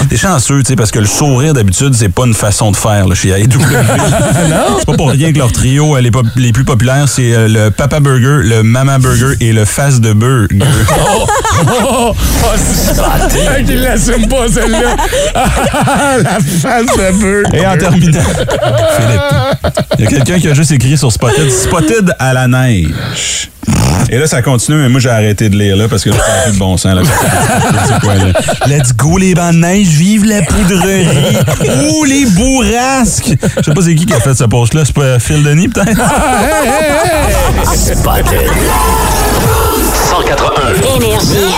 T'es chanceux, tu sais, parce que le sourire d'habitude, c'est pas une façon de faire là, chez AIW. c'est pas pour rien que leur trio, euh, les, pop- les plus populaires, c'est euh, le Papa Burger, le Mama Burger et le Face de Burger. Oh, oh, c'est qu'il l'assume pas, celle-là. *laughs* Ah, la face de bœuf. Et en terminant, Philippe, il y a quelqu'un qui a juste écrit sur Spotted, Spotted à la neige. Et là, ça continue, mais moi, j'ai arrêté de lire, là, parce que là, ça n'a plus de bon sens, là. C'est quoi, là? Let's go, les bancs de neige, vive la poudrerie, ou les bourrasques. Je sais pas c'est qui qui a fait ce post-là. C'est pas Phil Denis, peut-être? Spotted. 181. Énergie.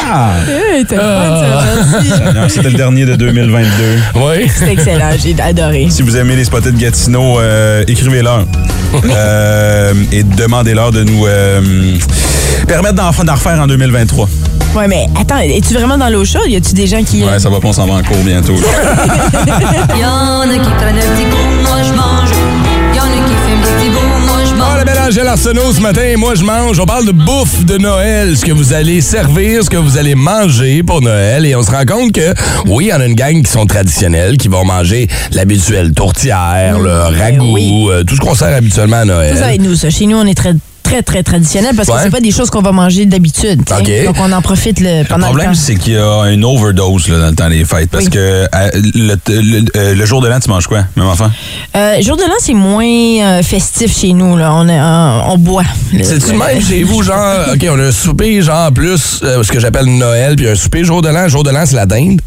Euh, t'as le fun, ça, merci. Ah! Non, C'était le dernier de 2022. Oui. C'est excellent, j'ai adoré. Si vous aimez les spotés de Gatineau, euh, *laughs* écrivez-leur. Euh, et demandez-leur de nous euh, permettre d'en d'en refaire en 2023. Ouais, mais attends, es-tu vraiment dans l'eau chaude? Y a-tu des gens qui. Ouais, ça va pas, on s'en va en cours bientôt. Y'en a qui prennent un petit coup, moi je mange. Y'en a qui fait un petit bout, moi je Ah, mange. le mélange à l'arsenal ce matin, et moi je mange. On parle de bouffe de Noël, ce que vous allez servir, ce que vous allez manger pour Noël. Et on se rend compte que, oui, il y en a une gang qui sont traditionnels, qui vont manger l'habituel tourtière, le ragoût, Mm. Ben oui. euh, tout ce qu'on sert habituellement à Noël. Ça, ça va être nous, ça. Chez nous, on est très, très, très traditionnel parce que Ouais. c'est pas des choses qu'on va manger d'habitude. tu sais. Ok. Donc, on en profite le, Le pendant le, problème, temps. c'est qu'il y a une overdose là, dans le temps des fêtes. Parce Oui. que euh, le, le- euh, le jour de l'an, tu manges quoi, même enfant? Euh, jour de l'an, c'est moins euh, festif chez nous. Là. On, est, euh, on boit. Le- C'est-tu le- même chez vous, genre, OK, on a un souper, genre, plus euh, ce que j'appelle Noël, puis un souper jour de l'an. Jour de l'an, c'est la dinde,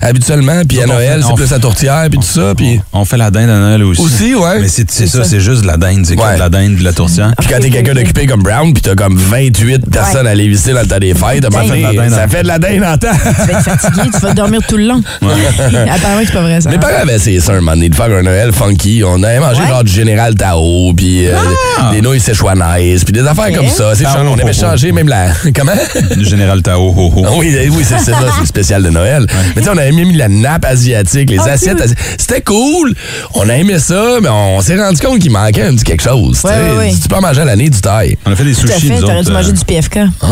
habituellement. Puis à Nous autres, on Noël, fait- c'est on plus fait- la tourtière, puis tout ça. Puis On fait la dinde à Noël aussi. Aussi, ouais. Mais c'est c'est ça. ça, c'est juste de la dinde. C'est quoi Ouais. de la dinde, de la tourtière? Puis quand t'es quelqu'un d'occupé comme Brown, puis t'as comme 28 personnes à aller visiter dans le temps des fêtes, à un moment Ça fait de la donné, dinde en- ça fait de la dinde en *laughs* temps. Tu vas être fatigué, tu vas dormir tout le long. *laughs* Apparemment, c'est pas vrai, ça. Mes parents avaient essayé ça un moment donné, de faire un Noël funky. On avait mangé Ouais. genre du Général Tao, puis euh, Ah! des nouilles séchouanaises, puis des affaires Ok. comme ça. C'est Tao, changé, on avait oh, oh. changé même la... *laughs* Comment? Du général Tao, ho, ho. Ah Oui, eh oui c'est c'est ça, c'est le spécial de Noël. Mais tu sais, on avait mis la nappe asiatique, les Ah, assiettes cute. asiatiques. C'était cool. On a aimé ça, mais on s'est rendu compte qu'il manquait un petit quelque chose. tu Ouais, sais. ouais, ouais. Tu peux en manger à l'année du taille. On a fait des Tout à sushis, fait, nous t'aurais dû autres, manger euh, du PFK. Ah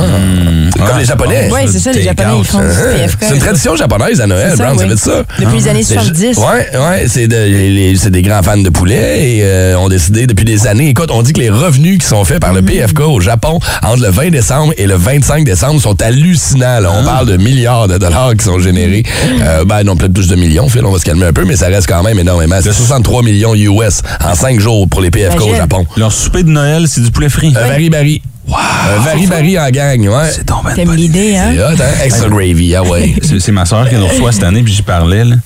Comme les Japonais. Ouais, c'est ça, les take Japonais, ils out, font du PFK. C'est une tradition japonaise à Noël, C'est ça, Brown, ça oui. fait de ça. Depuis les années C'est ju- 70. Ouais, ouais, c'est de- les- les- c'est des grands fans de poulet et euh, ont décidé depuis des années. Écoute, on dit que les revenus qui sont faits par le Mm-hmm. PFK au Japon entre le 20 décembre et le 25 décembre sont hallucinants. là. On Ah. parle de milliards de dollars qui sont générés. Mm-hmm. Euh, ben non, peut-être plus de millions, Phil, on va se calmer un peu, mais ça reste quand même énormément. C'est 63 millions US en 5 jours pour les PFK au Imagine. Japon. Leur souper de Noël, c'est du poulet frit. Un Bari-Bari. Un Bari-Bari en gang, ouais. C'est ben tombé. T'aimes l'idée, hein? C'est hot, hein? Extra gravy, ah *laughs* ouais. C'est c'est ma soeur qui nous reçoit cette année, puis j'y parlais. là.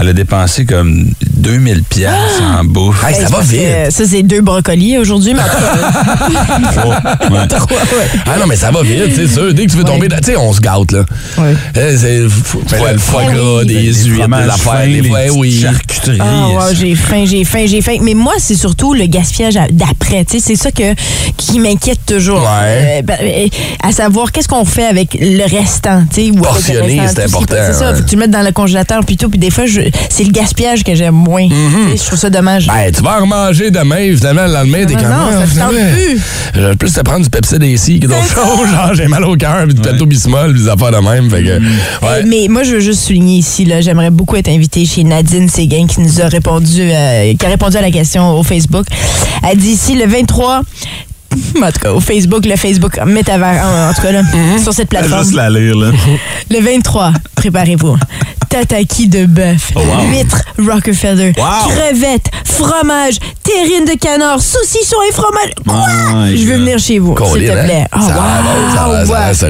Elle a dépensé comme 2000 pièces en bouffe. Hey, ça va Parce que, vite. euh, ça, c'est deux brocolis aujourd'hui, mais en tout cas, Ouais. trois, ouais. Ah non, mais ça va vite, c'est sûr. Dès que tu veux tomber dans. Tu sais, on se gâte, là. Ouais. Eh, C'est f- ouais, le foie Ah oui. gras, des huîtres, des fromages fins, affaires, des les fois, petites oui. charcuteries. Ah, ouais, j'ai faim, j'ai faim, j'ai faim. Mais moi, c'est surtout le gaspillage à- d'après. Tu sais, C'est ça que, qui m'inquiète toujours. Ouais. Euh, ben, euh, à savoir, qu'est-ce qu'on fait avec le restant? tu sais, ou avec le Portionner, restant, c'est tout ce qui- important, C'est ça, ouais. faut que tu le mettes dans le congélateur puis tout. Puis des fois, je- c'est le gaspillage que j'aime moins. Mhm. Tu sais, Je trouve ça dommage. Ben, tu vas en remanger demain, finalement, le lendemain, t'es Non, comme. non, Ah, ça te finalement, tente plus. J'aurais plus te prendre du Pepsi d'ici que d'autres choses. *laughs* Genre, j'ai mal au cœur, puis du plateau bismol, puis des affaires de même. Fait Mm. que. Euh, Ouais. Mais moi, je veux juste souligner ici, là, j'aimerais beaucoup être invitée chez Nadine Séguin qui nous a répondu, euh, qui a répondu à la question au Facebook. Elle dit ici le 23. *laughs* En tout cas, au Facebook, le Facebook métavers, en, en tout cas, là, Hein? sur cette plateforme. Juste la lire, là. Le 23, *laughs* préparez-vous. Tataki de bœuf, Oh, huîtres Rockefeller, Wow. crevettes, fromage, terrine de canard, saucisson et fromage. Quoi? My Je veux God. venir chez vous, s'il Colline, te hein? plaît. Oh, Ça a l'air- ça a l'air- wow, ça a wow.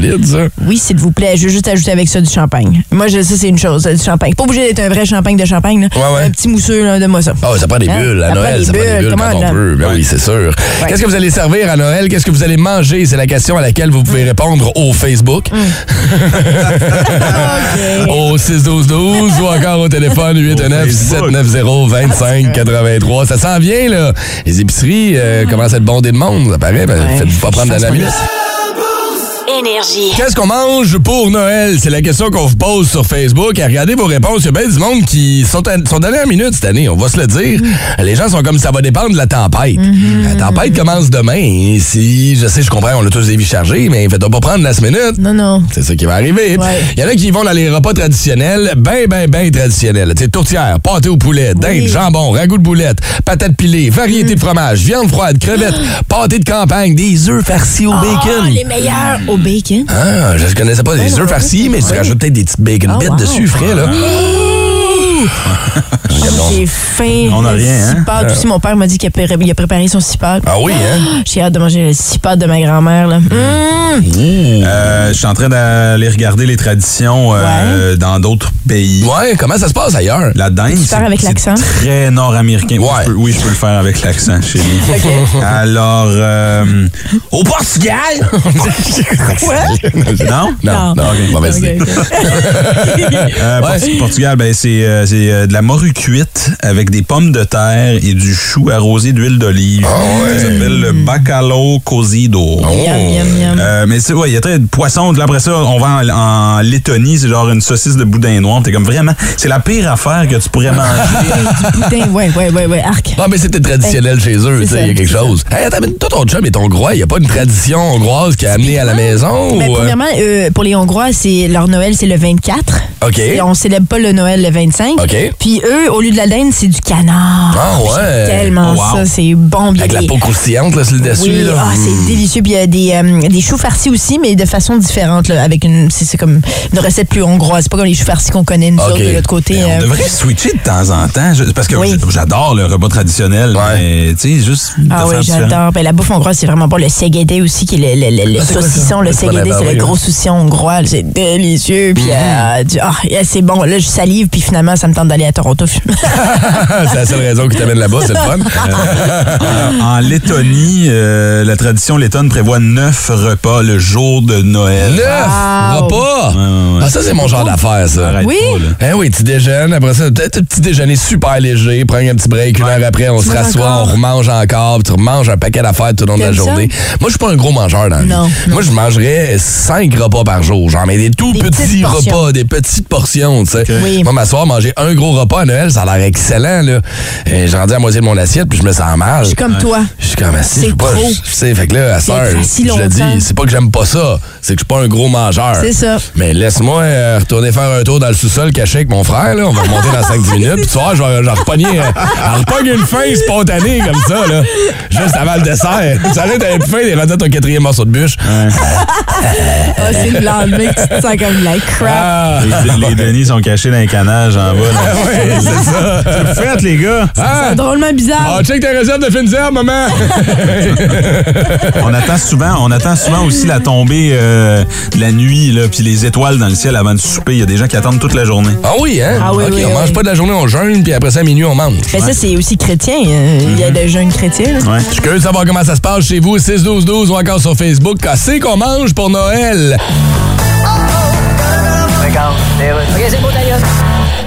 l'air solide, ça. Oui, s'il vous plaît. Je veux juste ajouter avec ça du champagne. Moi, je, ça, c'est une chose, euh, du champagne. Pas obligé d'être un vrai champagne de champagne. Là. Ouais, ouais. Un petit mousseux, là, de moi, ça. Ah oui, ça prend des Hein? bulles à Ça prend Noël, des ça prend des bulles, bulles quand come on, on là. peut. Ben oui, c'est sûr. Qu'est-ce que vous allez servir à Noël? Qu'est-ce que vous allez manger? C'est la question à laquelle vous pouvez répondre au Facebook. Mm. *laughs* *laughs* au 612-12 ou encore au téléphone Au Facebook. 819-790-2583. Ça s'en vient, là. Les épiceries euh, commencent à être bondées de monde, ça paraît. Ben, Ouais. Faites-vous pas prendre de la minute. Énergie. Qu'est-ce qu'on mange pour Noël? C'est la question qu'on vous pose sur Facebook. Et regardez vos réponses. Il y a bien du monde qui sont, à, sont dernière minute cette année, on va se le dire. Les gens sont comme ça va dépendre de la tempête. La tempête commence demain. Et si, je sais, je comprends, on a tous des vies chargées, mais faites-on pas prendre la semaine. Non, non. C'est ça qui va arriver. Ouais. Il y en a qui vont dans les repas traditionnels, ben, ben, ben traditionnels. Tu sais, tourtière, pâté au poulet, dinde, jambon, ragoût de boulette, patate pilée, Mm. variété de fromage, viande froide, crevettes, pâté de campagne, des œufs farcis au bacon. Ah, les meilleurs au bacon. Ah, je ne connaissais pas les œufs farcis, mais tu rajoutes peut-être des petites bacon Ah, bits wow. dessus, frais, là. J'ai faim. On a Le rien, hein? cipote aussi. Mon père m'a dit qu'il a, pré- il a préparé son cipote. Euh. Ah oui, hein? Mm. J'ai hâte de manger le cipote de ma grand-mère. là. Mmh! Euh, je suis en train d'aller regarder les traditions euh, dans d'autres pays. Ouais, comment ça se passe ailleurs? La dinde, faire c'est- avec c'est l'accent? très nord-américain. Oui, Ouais. je peux- Oui, je peux le faire avec l'accent *laughs* chez nous. *laughs* Alors, euh, au Portugal! non? Non, non, *laughs* Ok. mauvaise idée. Ok. Euh, Ouais. Portu- Portugal, ben, c'est euh, c'est, euh, de la morue cuite avec des pommes de terre et du chou arrosé d'huile d'olive. Ça s'appelle le bacalhau cozido. Miam, miam, miam. Euh, mais c'est- ouais, il y a très de poisson. Là, après ça, on va en, en Lettonie, c'est genre une saucisse de boudin noir. T'es comme vraiment, c'est la pire affaire que tu pourrais manger. *laughs* Putain, ouais, ouais, ouais, ouais, arc. Non, mais c'était traditionnel chez eux, tu sais, il y a ça, quelque Ben, c'est chose. Hey, attends, mais toi, ton chum et ton hongrois, il n'y a pas une tradition hongroise qui a amené à la maison? Ben, ou, euh? premièrement, euh, pour les Hongrois, c'est leur Noël, c'est le 24. OK. Et on célèbre pas le Noël le 25. OK. Puis eux, au lieu de la dinde, c'est du canard. Ah ouais. J'aime Tellement Wow. ça, c'est bon. Puis Avec il y la a des- peau croustillante là, sur le dessus. Oui, là. Hmm. Mm. ah, c'est délicieux. Puis il y a des, euh, des choux farcis aussi, mais de façon différente. là, avec une, c'est, c'est comme une recette plus hongroise. C'est pas comme les choux farcis qu'on connaît, nous OK. autres, de l'autre côté. On euh, devrait switcher de temps en temps, je- parce que Oui. j- j'adore le repas traditionnel, mais tu sais, juste Ah oui, j'adore. Ben, la bouffe hongroise, c'est vraiment bon. Le ségédé aussi, qui est le, le- le- le hein. Ah, c'est quoi ça? saucisson. Le Je connais ségédé, pas, c'est oui, le gros hein. Mm-hmm. saucisson hongrois. C'est délicieux. Puis, euh, du- ah, yeah, c'est bon. Là, je salive, puis finalement, ça me tente d'aller à Toronto. *laughs* *laughs* c'est la seule raison qui t'amène là-bas, c'est le fun. En- en Lettonie, euh, la tradition lettonne prévoit neuf repas le jour de Noël. Neuf Wow. Oh. repas! Ah, ça, c'est mon genre d'affaire, ça. Arrête Oui. pas, là. Eh oui, petit déjeuner, après ça, peut-être un petit déjeuner super léger, prendre un petit break, une heure après, on se manges rassoit, on encore? remange encore, puis tu remanges un paquet d'affaires tout au long de la T'aimes ça? journée. Moi, je suis pas un gros mangeur dans la vie. Non, Moi, je mangerais cinq repas par jour, genre, mais des tout Des petits petites portions. repas, des petites portions, tu sais. Oui. Moi, m'asseoir, manger un gros repas à Noël, ça a l'air excellent, là. Et J'ai rendu à moitié de mon assiette, puis je me sens mal. Je suis comme toi. Je suis comme assis, C'est je peux pas. trop. je- Tu sais, fait que là, à cette heure, D'être assis je le dis, longtemps. c'est pas que j'aime pas ça, c'est que je suis pas un gros mangeur. C'est ça. Mais laisse-moi euh, retourner faire un tour dans le sous-sol caché avec mon frère, là. On va remonter dans *laughs* 5 minutes. Puis tu vois, je vais j'en repogner, euh, j'en repogne une fin spontanée comme ça, là. Juste avant le dessert. Tu savais, t'avais plus faim, t'es rendu à ton quatrième morceau de bûche. Ah, c'est le lendemain que tu te sens comme la crap. Ah! Les, les Denis sont cachés dans les canages en bas. *laughs* là. Ouais, c'est ça. Faites, les gars! Ah! C'est drôlement bizarre. Ah, check ta réserve de fines herbes, maman! On attend souvent, on attend souvent aussi la tombée euh, de la nuit, là, puis les étoiles dans le ciel avant de souper. Il y a des gens qui attendent toute la journée. Ah oui, hein? Ah oui, OK, oui, on oui. mange pas de la journée, on jeûne, puis après ça, à minuit, on mange. Ben, ça, c'est aussi chrétien. euh, Il y a des jeunes chrétiens. là. Ouais. Je suis curieux de savoir comment ça se passe chez vous, 6-12-12 ou encore sur Facebook. Quand c'est qu'on mange pour Noël?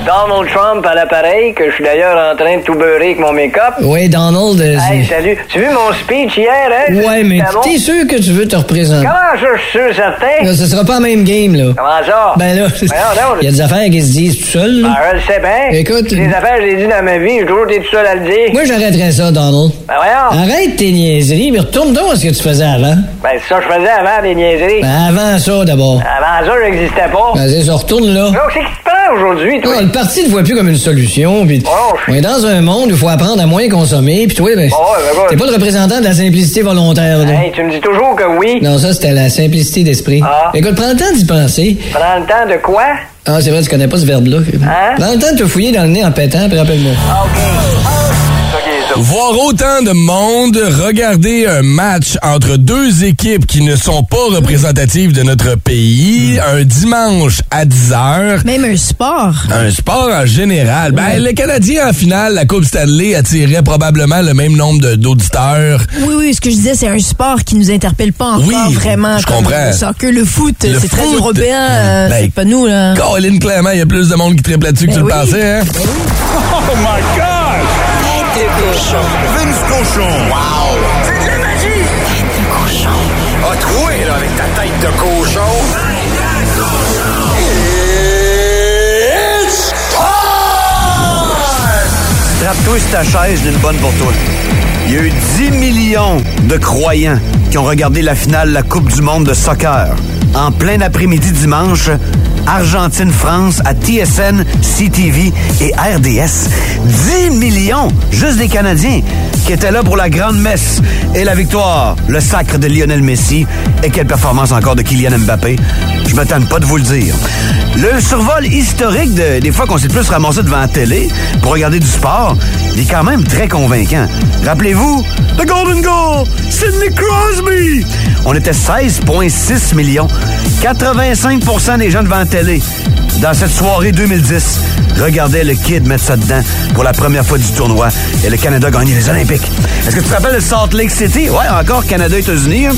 Donald Trump à l'appareil, que je suis d'ailleurs en train de tout beurrer avec mon make-up. Oui, Donald. euh, Hey, c'est- salut. Tu vu mon speech hier, hein? ouais, mais C'était bon? t'es sûr que tu veux te représenter? Comment ça, je suis sûr, certain? Là, ce sera pas la même game, là. Comment ça? Ben là, *laughs* Voyons donc. il y a des affaires qui se disent tout seul. là. Ah, je le sais bien. Écoute. Les affaires, je les dit dans ma vie. J'ai toujours été tout seul à le dire. Moi, j'arrêterais ça, Donald. Ben voyons. Arrête tes niaiseries, mais retourne donc à ce que tu faisais avant. Ben, c'est ça que je faisais avant, des niaiseries. Ben, avant ça, d'abord. Avant ça, j'existais pas. Ben, c'est ça, retourne là. Donc, c'est qui te prend aujourd'hui, toi? Non, le parti ne voit plus comme une solution. Puis Oh. on est dans un monde où il faut apprendre à moins consommer. Puis toi, ben, Oh, ouais, ben, ouais. t'es pas le représentant de la simplicité volontaire. là. Hey, tu me dis toujours que oui. Non, ça, c'était la simplicité d'esprit. Ah. Écoute, prends le temps d'y penser. Prends le temps de quoi? Ah, c'est vrai, tu connais pas ce verbe-là. Hein? Prends le temps de te fouiller dans le nez en pétant, puis rappelle-moi. Voir autant de monde regarder un match entre deux équipes qui ne sont pas représentatives de notre pays un dimanche à 10 heures. Même un sport. Un sport en général. Ben, le Canadien en finale, la Coupe Stanley attirait probablement le même nombre de- d'auditeurs. Oui, oui, ce que je disais, c'est un sport qui nous interpelle pas encore Oui, vraiment. je comme comprends. Le soccer, le foot, Le c'est très foot. européen. euh, Ben, c'est pas nous, là. Colin, clairement, il y a plus de monde qui triple là-dessus que tu Ben le oui. pensais, hein? Vince Cochon. Wow! C'est de la magie! Tête de cochon. A troué, Ah, là, avec ta tête de cochon. It's Trappe-toi sur ta chaise d'une bonne pour toi. Il y a eu 10 millions de croyants qui ont regardé la finale de la Coupe du monde de soccer. En plein après-midi dimanche, Argentine-France à TSN, CTV et RDS. 10 millions, juste des Canadiens, qui étaient là pour la grande messe et la victoire, le sacre de Lionel Messi et quelle performance encore de Kylian Mbappé. Je me tanne pas de vous le dire. Le survol historique de- des fois qu'on s'est plus ramassé devant la télé pour regarder du sport, il est quand même très convaincant. Rappelez-vous, The Golden Goal, Sidney Crosby! On était 16,6 millions. 85 des gens devant la télé. Dans cette soirée 2010, regardaient le kid mettre ça dedans pour la première fois du tournoi et le Canada gagner les Olympiques. Est-ce que tu te rappelles de Salt Lake City? Ouais, encore Canada-États-Unis. hein?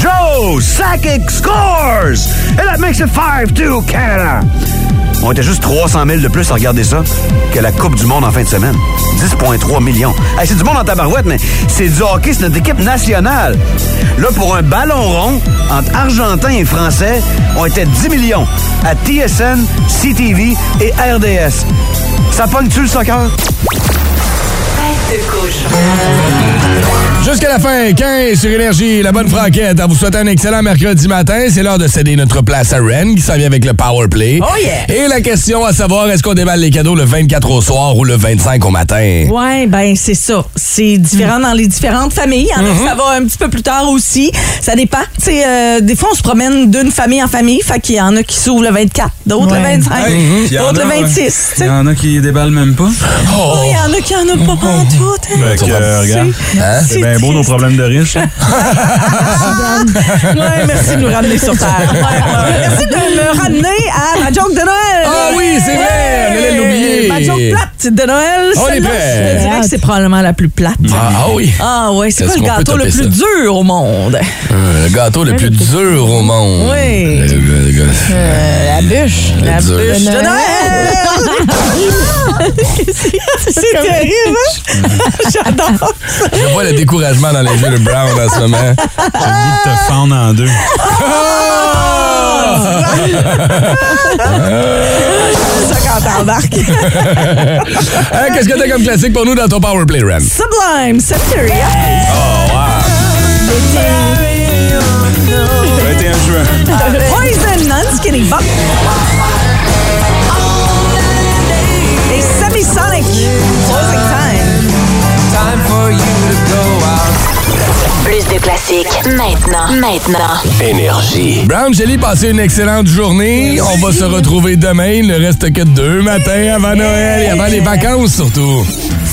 Joe Sakic scores! And that makes it 5-2 Canada! On était juste 300 000 de plus à regarder ça que la Coupe du Monde en fin de semaine. 10,3 millions. Hey, c'est du monde en tabarouette, mais c'est du hockey, c'est notre équipe nationale. Là, pour un ballon rond, entre Argentins et Français, on était 10 millions à TSN, CTV et RDS. Ça pogne-tu le soccer? Jusqu'à la fin, 15 sur Énergie, la bonne franquette. En vous souhaitant un excellent mercredi matin, c'est l'heure de céder notre place à Ren qui s'en vient avec le Power Play. Oh yeah! Et la question à savoir, est-ce qu'on déballe les cadeaux le 24 au soir ou le 25 au matin? Ouais, ben c'est ça. C'est différent dans les différentes familles. Il y en a Mm-hmm. que ça va un petit peu plus tard aussi. Ça dépend. Tu sais, euh, des fois, on se promène d'une famille en famille. Fait qu'il y en a qui s'ouvrent le 24, d'autres Ouais. le 25, Ouais, mhm. Puis y en d'autres a, le ouais. 26. Il y en a qui déballent même pas. Oh, il y en a qui en ont pas pantoute. hein. Oh. Fait que, euh, regarde, c'est bien beau nos problèmes de riches. hein. Ouais, merci de nous ramener sur terre. Ouais, ouais. Merci de me ramener à ma joke de Noël. Ah oui, c'est vrai, on allait l'oublier. Ma joke plate de Noël. On est celle-là, prêt. Je te dirais que c'est probablement la plus plate. Ah, ah oui. Ah oui, c'est Est-ce quoi le qu'on peut gâteau le taper plus ça? dur au monde? Euh, le gâteau le plus dur au monde. Oui. Le- le- le- la bûche. Euh, La dur. bûche de Le Noël! *laughs* c'est terrible, hein? J'adore. Je vois le découragement dans les yeux de Brown en ce moment. J'ai le goût de te fendre en deux. C'est ça quand t'embarques. Hein, Qu'est-ce que t'as comme classique pour nous dans ton Power Play, Ren? Sublime, Cemetery. Oh, 21 juin. wow. Poison, Non-Skinny Bop. Et Semi-Sonic, Closing Time. Plus de classiques maintenant, maintenant. Énergie. Brown Jelly, passez une excellente journée. On va se retrouver demain. Il ne reste que deux matins avant Noël et avant les vacances surtout.